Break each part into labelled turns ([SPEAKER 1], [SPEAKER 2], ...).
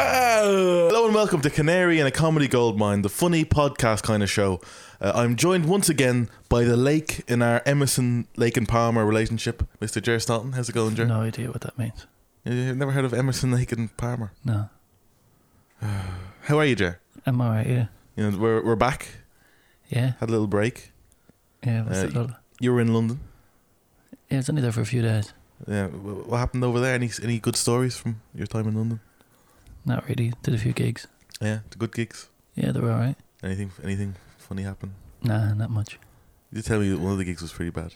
[SPEAKER 1] Ah. welcome to Canary and a Comedy Goldmine, the funny podcast kind of show. Uh, I'm joined once again by the lake in our Emerson Lake and Palmer relationship, Mr. Jer Staunton. How's it going, Jer?
[SPEAKER 2] No idea what that means.
[SPEAKER 1] You've never heard of Emerson Lake and Palmer?
[SPEAKER 2] No.
[SPEAKER 1] How are you, Jer?
[SPEAKER 2] Am I right? Yeah.
[SPEAKER 1] You know, we're we're back.
[SPEAKER 2] Yeah.
[SPEAKER 1] Had a little break.
[SPEAKER 2] Yeah. What's
[SPEAKER 1] Uh,
[SPEAKER 2] it called?
[SPEAKER 1] You were in London.
[SPEAKER 2] Yeah, it's only there for a few days.
[SPEAKER 1] Yeah. wh- What happened over there? Any any good stories from your time in London?
[SPEAKER 2] Not really. Did a few gigs.
[SPEAKER 1] Yeah, the good gigs.
[SPEAKER 2] Yeah, they were alright.
[SPEAKER 1] Anything anything funny happen?
[SPEAKER 2] Nah, not much.
[SPEAKER 1] You did tell me that one of the gigs was pretty bad.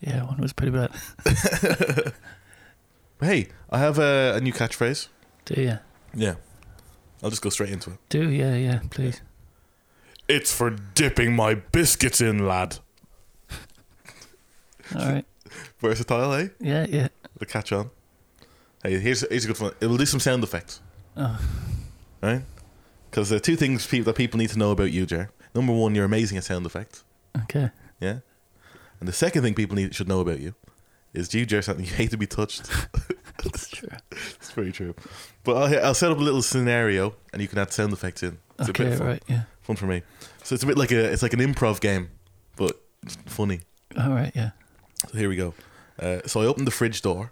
[SPEAKER 2] Yeah, one was pretty bad.
[SPEAKER 1] Hey, I have a, a new catchphrase.
[SPEAKER 2] Do you?
[SPEAKER 1] Yeah. I'll just go straight into it.
[SPEAKER 2] Do yeah, yeah, please.
[SPEAKER 1] It's for dipping my biscuits in, lad.
[SPEAKER 2] All right.
[SPEAKER 1] Versatile, eh?
[SPEAKER 2] Yeah, yeah.
[SPEAKER 1] The catch on. Hey, here's, here's a good one. It'll do some sound effects,
[SPEAKER 2] Oh,
[SPEAKER 1] right? Because there are two things pe- that people need to know about you, Jer. Number one, you're amazing at sound effects,
[SPEAKER 2] okay.
[SPEAKER 1] yeah? And the second thing people need, should know about you is you, Jer, something you hate to be touched.
[SPEAKER 2] That's true.
[SPEAKER 1] it's very true. But I'll, I'll set up a little scenario and you can add sound effects in. It's a bit
[SPEAKER 2] Okay,
[SPEAKER 1] of fun,
[SPEAKER 2] right, yeah.
[SPEAKER 1] fun for me. So it's a bit like a, it's like an improv game, but funny.
[SPEAKER 2] All right, yeah.
[SPEAKER 1] So here we go. Uh, so I opened the fridge door.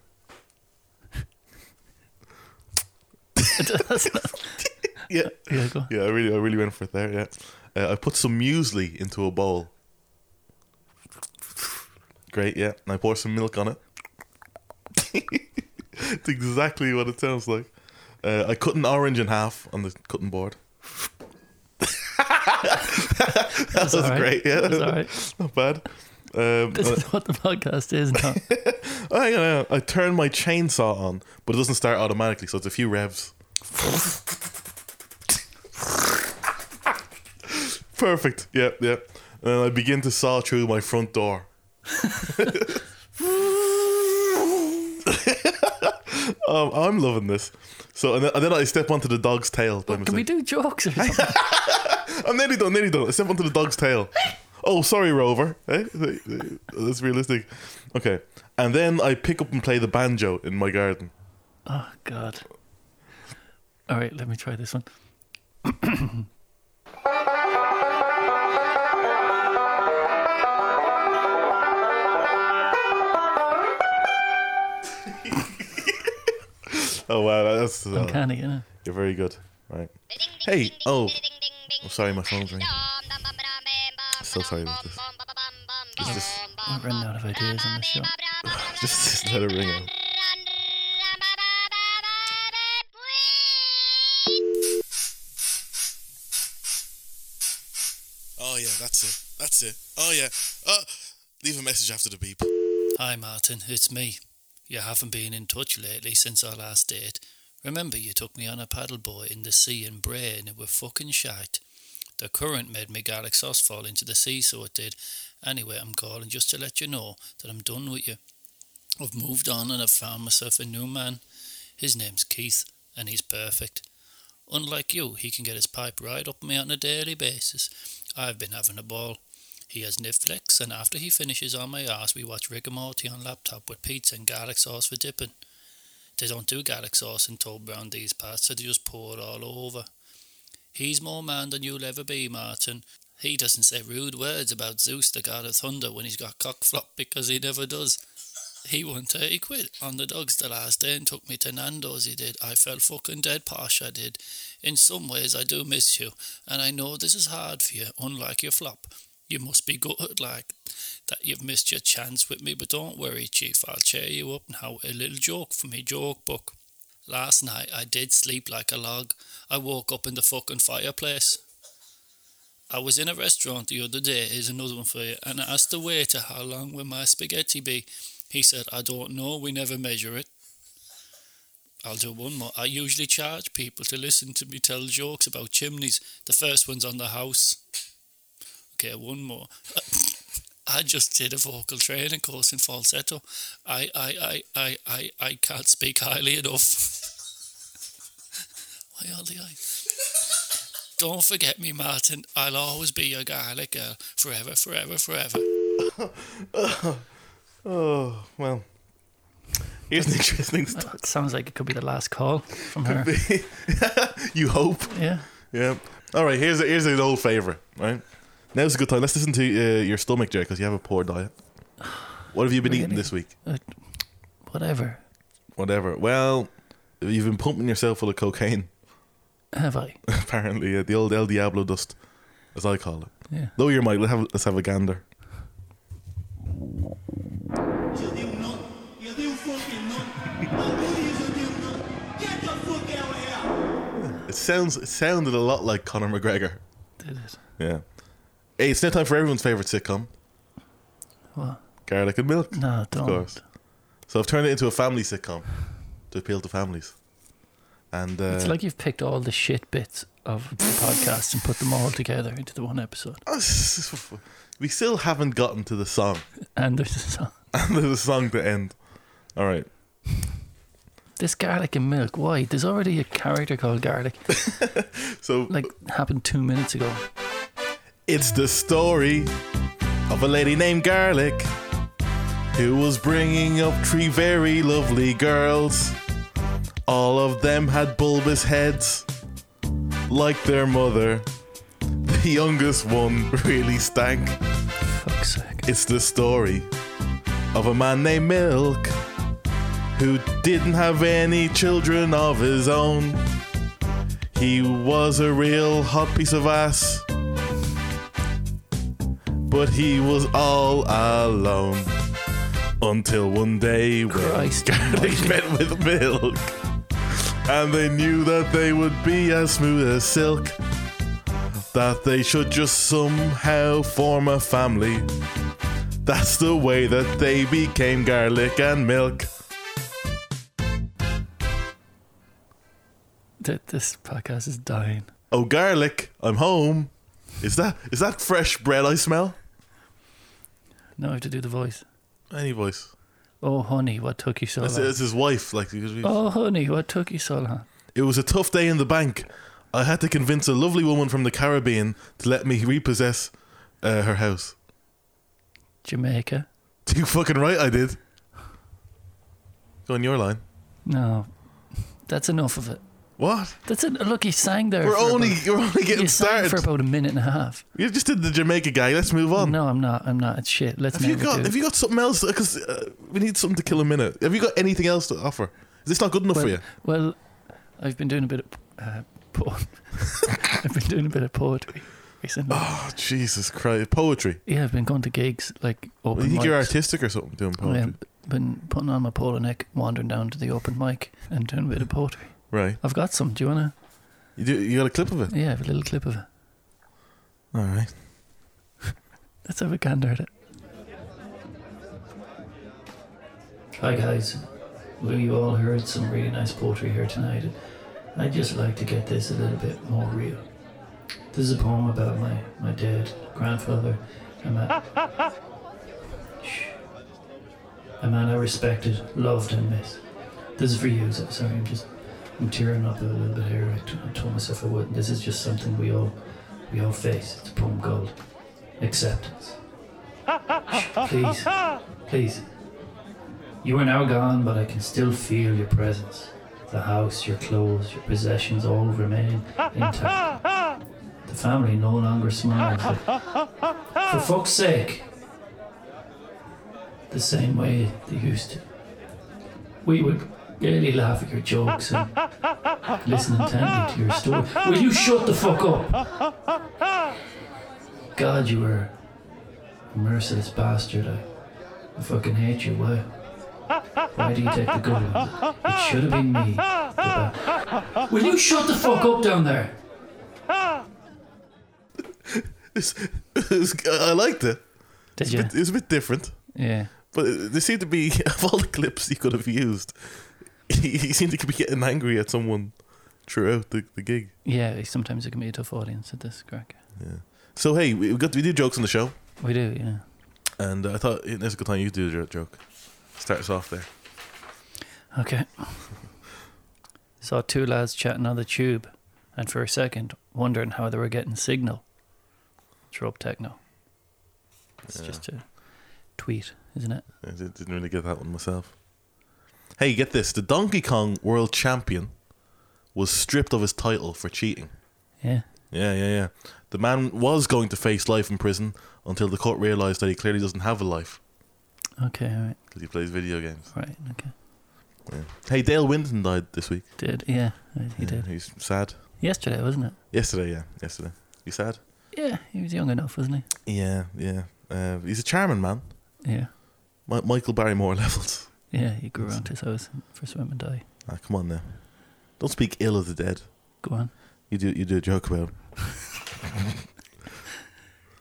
[SPEAKER 2] That's not-
[SPEAKER 1] Yeah,
[SPEAKER 2] yeah, go. on.
[SPEAKER 1] yeah. I really, I really went for it there. Yeah. Uh, I put some muesli into a bowl. Great. Yeah. And I pour some milk on it. it's exactly what it sounds like. Uh, I cut an orange in half on the cutting board. that was
[SPEAKER 2] all right.
[SPEAKER 1] great. Yeah.
[SPEAKER 2] That's all right.
[SPEAKER 1] Not bad. Um,
[SPEAKER 2] This is what the podcast is now.
[SPEAKER 1] I, uh, I turn my chainsaw on, but it doesn't start automatically, so it's a few revs. Perfect. Yep, yep. And then I begin to saw through my front door. um, I'm loving this. So and then, and then I step onto the dog's tail. by
[SPEAKER 2] Can we
[SPEAKER 1] mistake.
[SPEAKER 2] do jokes or something?
[SPEAKER 1] I'm nearly done, nearly done. I step onto the dog's tail. Oh, sorry, Rover. Eh? That's realistic. Okay. And then I pick up and play the banjo in my garden.
[SPEAKER 2] Oh God. All right, let me try this one.
[SPEAKER 1] Oh, wow. That's. Uh,
[SPEAKER 2] Uncanny, you know.
[SPEAKER 1] You're very good. Right.
[SPEAKER 3] Hey, oh.
[SPEAKER 1] I'm sorry, my phone's ringing.
[SPEAKER 3] So sorry about this. It's just.
[SPEAKER 2] We're running out of ideas on this show.
[SPEAKER 1] Just, just let it ring out. Oh, yeah, that's it. That's it. Oh, yeah. Uh, leave a message after the beep.
[SPEAKER 2] Hi, Martin. It's me. You haven't been in touch lately since our last date. Remember, you took me on a paddle boat in the sea in Bray and it were fucking shite. The current made me garlic sauce fall into the sea, so it did. Anyway, I'm calling just to let you know that I'm done with you. I've moved on and I've found myself a new man. His name's Keith, and he's perfect. Unlike you, he can get his pipe right up me on a daily basis. I've been having a ball. He has Netflix, and after he finishes on my ass, we watch Rick and Morty on laptop with pizza and garlic sauce for dipping. They don't do garlic sauce in Toad Brown these parts, so they just pour it all over. He's more man than you'll ever be, Martin. He doesn't say rude words about Zeus, the god of thunder, when he's got cock flop because he never does. He won 30 quid on the dogs the last day and took me to Nando's, he did. I felt fucking dead, posh, I did. In some ways, I do miss you, and I know this is hard for you, unlike your flop. You must be gutted, like that you've missed your chance with me, but don't worry, Chief. I'll cheer you up now. A little joke from me joke book. Last night I did sleep like a log. I woke up in the fucking fireplace. I was in a restaurant the other day, here's another one for you, and I asked the waiter how long will my spaghetti be. He said, I don't know, we never measure it. I'll do one more. I usually charge people to listen to me tell jokes about chimneys. The first one's on the house. Okay, one more. I just did a vocal training course in falsetto. I I I I I, I can't speak highly enough. Why all the I? Don't forget me, Martin. I'll always be your garlic girl, forever, forever, forever.
[SPEAKER 1] Oh, well. Here's an interesting story.
[SPEAKER 2] That sounds like it could be the last call from her.
[SPEAKER 1] you hope.
[SPEAKER 2] Yeah.
[SPEAKER 1] Yeah. All right. Here's a, here's an old favorite. Right. Now's a good time. Let's listen to uh, your stomach, Jerry, because you have a poor diet. What have you been eating
[SPEAKER 2] Really?
[SPEAKER 1] this week?
[SPEAKER 2] Uh, whatever.
[SPEAKER 1] Whatever. Well, you've been pumping yourself full of cocaine.
[SPEAKER 2] Have I?
[SPEAKER 1] Apparently, yeah, the old El Diablo dust, as I call it.
[SPEAKER 2] Yeah.
[SPEAKER 1] Lower your mic. Let's have let's have a gander.
[SPEAKER 4] You do not. You do fucking not. I know you do not. Get the fuck out of here.
[SPEAKER 1] It sounds it sounded a lot like Conor McGregor.
[SPEAKER 2] Did it.
[SPEAKER 1] Yeah. Hey, it's now time for everyone's favorite sitcom,
[SPEAKER 2] What?
[SPEAKER 1] Garlic and Milk.
[SPEAKER 2] No, don't.
[SPEAKER 1] Of course. So I've turned it into a family sitcom to appeal to families. And uh,
[SPEAKER 2] It's like you've picked all the shit bits of the podcast and put them all together into the one episode.
[SPEAKER 1] we still haven't gotten to the song.
[SPEAKER 2] And there's uh, a song.
[SPEAKER 1] And there's a song to end. All right.
[SPEAKER 2] This garlic and milk. Why? There's already a character called Garlic.
[SPEAKER 1] So
[SPEAKER 2] Like happened two minutes ago.
[SPEAKER 1] It's the story of a lady named Garlic who was bringing up three very lovely girls. All of them had bulbous heads, like their mother. The youngest one really stank.
[SPEAKER 2] Fuck's sake.
[SPEAKER 1] It's the story of a man named Milk who didn't have any children of his own. He was a real hot piece of ass, but he was all alone until one day when
[SPEAKER 2] Christ
[SPEAKER 1] Garlic
[SPEAKER 2] almighty.
[SPEAKER 1] met with Milk. And they knew that they would be as smooth as silk. That they should just somehow form a family. That's the way that they became garlic and milk.
[SPEAKER 2] Th- This podcast is dying.
[SPEAKER 1] Oh, garlic, I'm home. Is that is that fresh bread I smell?
[SPEAKER 2] Now I have to do the voice.
[SPEAKER 1] Any voice?
[SPEAKER 2] Oh, honey, what took you so
[SPEAKER 1] That's,
[SPEAKER 2] long?
[SPEAKER 1] that's his wife. Like because we-
[SPEAKER 2] Oh, honey, what took you so long?
[SPEAKER 1] it was a tough day in the bank. I had to convince a lovely woman from the Caribbean to let me repossess uh, her house.
[SPEAKER 2] Jamaica.
[SPEAKER 1] You fucking right, I did. Go on your line.
[SPEAKER 2] No, that's enough of it.
[SPEAKER 1] What?
[SPEAKER 2] That's it. Look, he sang there.
[SPEAKER 1] We're
[SPEAKER 2] for
[SPEAKER 1] only
[SPEAKER 2] about-
[SPEAKER 1] we're only
[SPEAKER 2] he
[SPEAKER 1] getting
[SPEAKER 2] sang
[SPEAKER 1] started.
[SPEAKER 2] for about a minute and a half.
[SPEAKER 1] you just did the Jamaica guy. Let's move on.
[SPEAKER 2] No, I'm not. I'm not. It's shit. Let's
[SPEAKER 1] Have you
[SPEAKER 2] never
[SPEAKER 1] got
[SPEAKER 2] do
[SPEAKER 1] Have you got something else? Because uh, we need something to kill a minute. Have you got anything else to offer? Is this not good enough
[SPEAKER 2] well,
[SPEAKER 1] for you?
[SPEAKER 2] well, I've been doing a bit of. Uh, po- I've been doing a bit of poetry recently.
[SPEAKER 1] Oh Jesus Christ! Poetry.
[SPEAKER 2] Yeah, I've been going to gigs like
[SPEAKER 1] Do
[SPEAKER 2] open.
[SPEAKER 1] you think
[SPEAKER 2] mics.
[SPEAKER 1] you're artistic or something doing poetry?
[SPEAKER 2] Yeah, been putting on my polo neck, wandering down to the open mic, and doing a bit of poetry.
[SPEAKER 1] Right.
[SPEAKER 2] I've got some. Do you wanna?
[SPEAKER 1] You do, You got a clip of it?
[SPEAKER 2] Yeah, I have a little clip of it.
[SPEAKER 1] All right.
[SPEAKER 2] Let's have a gander at it. Hi guys, well you all heard some really nice poetry here tonight. and I'd just like to get this a little bit more real. This is a poem about my, my dead grandfather, a man, Shh. a man I respected, loved and missed. This is for you, so sorry, I'm just I'm tearing up a little bit here. I, t- I told myself I wouldn't. This is just something we all we all face. It's a poem called acceptance. Please, please. You are now gone, but I can still feel your presence. The house, your clothes, your possessions all remain intact. The family no longer smiles. but- for fuck's sake, the same way they used to. We would gaily laugh at your jokes and listen intently to your story. Will you shut the fuck up? God, you were a merciless bastard. I, I fucking hate you. Why? Why do you take the good ones? It should have been me. the bad- Will you shut the fuck up down there?
[SPEAKER 1] This, this- I liked it.
[SPEAKER 2] Did
[SPEAKER 1] It was a bit different,
[SPEAKER 2] Yeah.
[SPEAKER 1] but there seemed to be of all the clips he could have used, he, he seemed to be getting angry at someone throughout the, the gig.
[SPEAKER 2] Yeah, sometimes it can be a tough audience at this crack.
[SPEAKER 1] So hey, we we got we do jokes on the show,
[SPEAKER 2] We do, yeah.
[SPEAKER 1] and uh, I thought it was a good time you do a joke. Start us off there.
[SPEAKER 2] Okay. Saw two lads chatting on the tube, and for a second, wondering how they were getting signal. Trope techno. It's just a tweet, isn't it?
[SPEAKER 1] I di- didn't really get that one myself. Hey, get this. The Donkey Kong World Champion was stripped of his title for cheating.
[SPEAKER 2] Yeah.
[SPEAKER 1] Yeah, yeah, yeah. The man was going to face life in prison until the court realized that he clearly doesn't have a life
[SPEAKER 2] Okay. All right.
[SPEAKER 1] because he plays video games.
[SPEAKER 2] All right. Okay.
[SPEAKER 1] Yeah. Hey, Dale Winton died this week.
[SPEAKER 2] Did yeah. right, He
[SPEAKER 1] Yeah,
[SPEAKER 2] did.
[SPEAKER 1] He's sad.
[SPEAKER 2] Yesterday, wasn't it?
[SPEAKER 1] Yesterday, yeah, yesterday. You sad?
[SPEAKER 2] Yeah. He was young enough, wasn't
[SPEAKER 1] Yeah, yeah. Uh, he's a charming man.
[SPEAKER 2] he? Yeah.
[SPEAKER 1] Mi- Michael Barrymore levels.
[SPEAKER 2] Yeah. He grew around his house for swim and die.
[SPEAKER 1] Ah, come on now. Don't speak ill of the dead.
[SPEAKER 2] Go on.
[SPEAKER 1] You do you do a joke about him.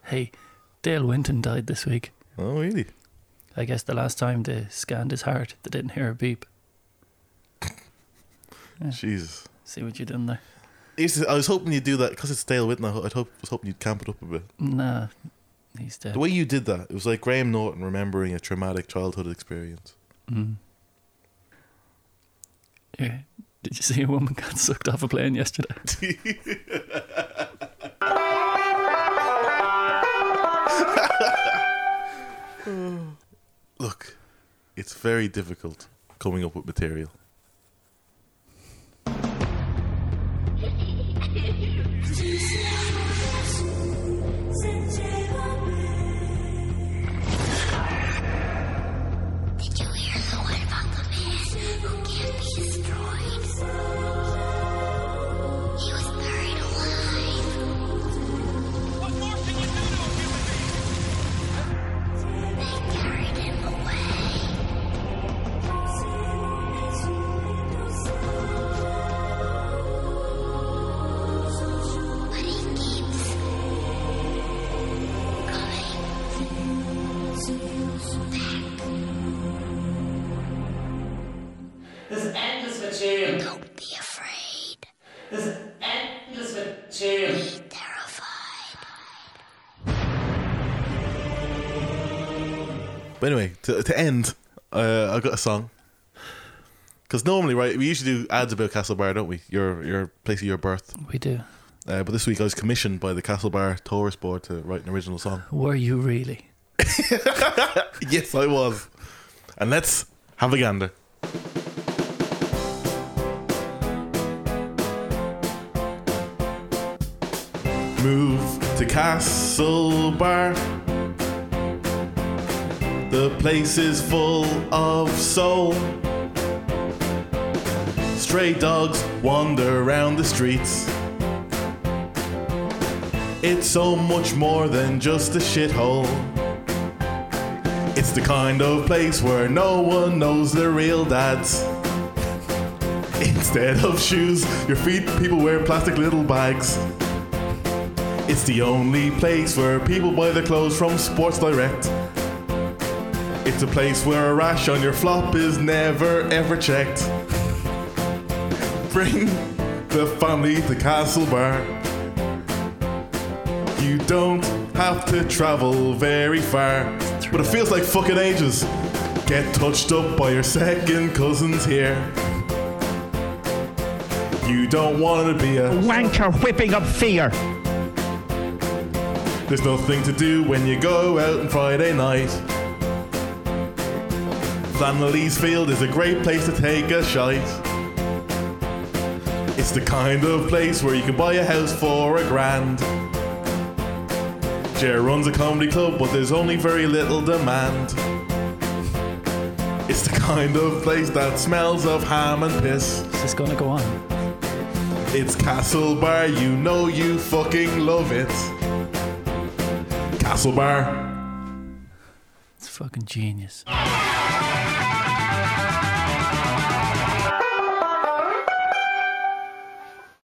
[SPEAKER 2] Hey, Dale Winton died this week.
[SPEAKER 1] Oh, really?
[SPEAKER 2] I guess the last time they scanned his heart, they didn't hear a beep.
[SPEAKER 1] Jesus.
[SPEAKER 2] See what you done there?
[SPEAKER 1] Here's the- I was hoping you'd do that because it's Dale Winton. I ho- I'd hope, was hoping you'd camp it up a bit.
[SPEAKER 2] Nah, he's dead.
[SPEAKER 1] The way you did that, it was like Graham Norton remembering a traumatic childhood experience.
[SPEAKER 2] Mm. Yeah. Did you see a woman got sucked off a plane yesterday?
[SPEAKER 1] Look, it's very difficult coming up with material.
[SPEAKER 5] There's endless material.
[SPEAKER 3] Don't be afraid.
[SPEAKER 5] There's endless material.
[SPEAKER 3] Be terrified.
[SPEAKER 1] But anyway, to, to end, uh, I got a song. Because normally, right, we usually do ads about Castlebar, don't we? Your your place of your birth.
[SPEAKER 2] We do.
[SPEAKER 1] Uh, but this week I was commissioned by the Castlebar Tourist Board to write an original song.
[SPEAKER 2] Were you really?
[SPEAKER 1] yes, I was. And let's have a gander. Move to Castle Bar. The place is full of soul. Stray dogs wander around the streets. It's so much more than just a shithole. It's the kind of place where no one knows their real dads. Instead of shoes, your feet people wear plastic little bags. It's the only place where people buy their clothes from Sports Direct. It's a place where a rash on your flop is never ever checked. Bring the family to Castle Bar. You don't have to travel very far, but it feels like fucking ages. Get touched up by your second cousins here. You don't want to be a
[SPEAKER 6] wanker whipping up fear.
[SPEAKER 1] There's nothing to do when you go out on Friday night. Flanelly's Field is a great place to take a shite. It's the kind of place where you can buy a house for a grand. Jer runs a comedy club, but there's only very little demand. It's the kind of place that smells of ham and piss.
[SPEAKER 2] Is this going to go on?
[SPEAKER 1] It's Castle Bar, you know you fucking love it. Castle Bar.
[SPEAKER 2] It's fucking genius.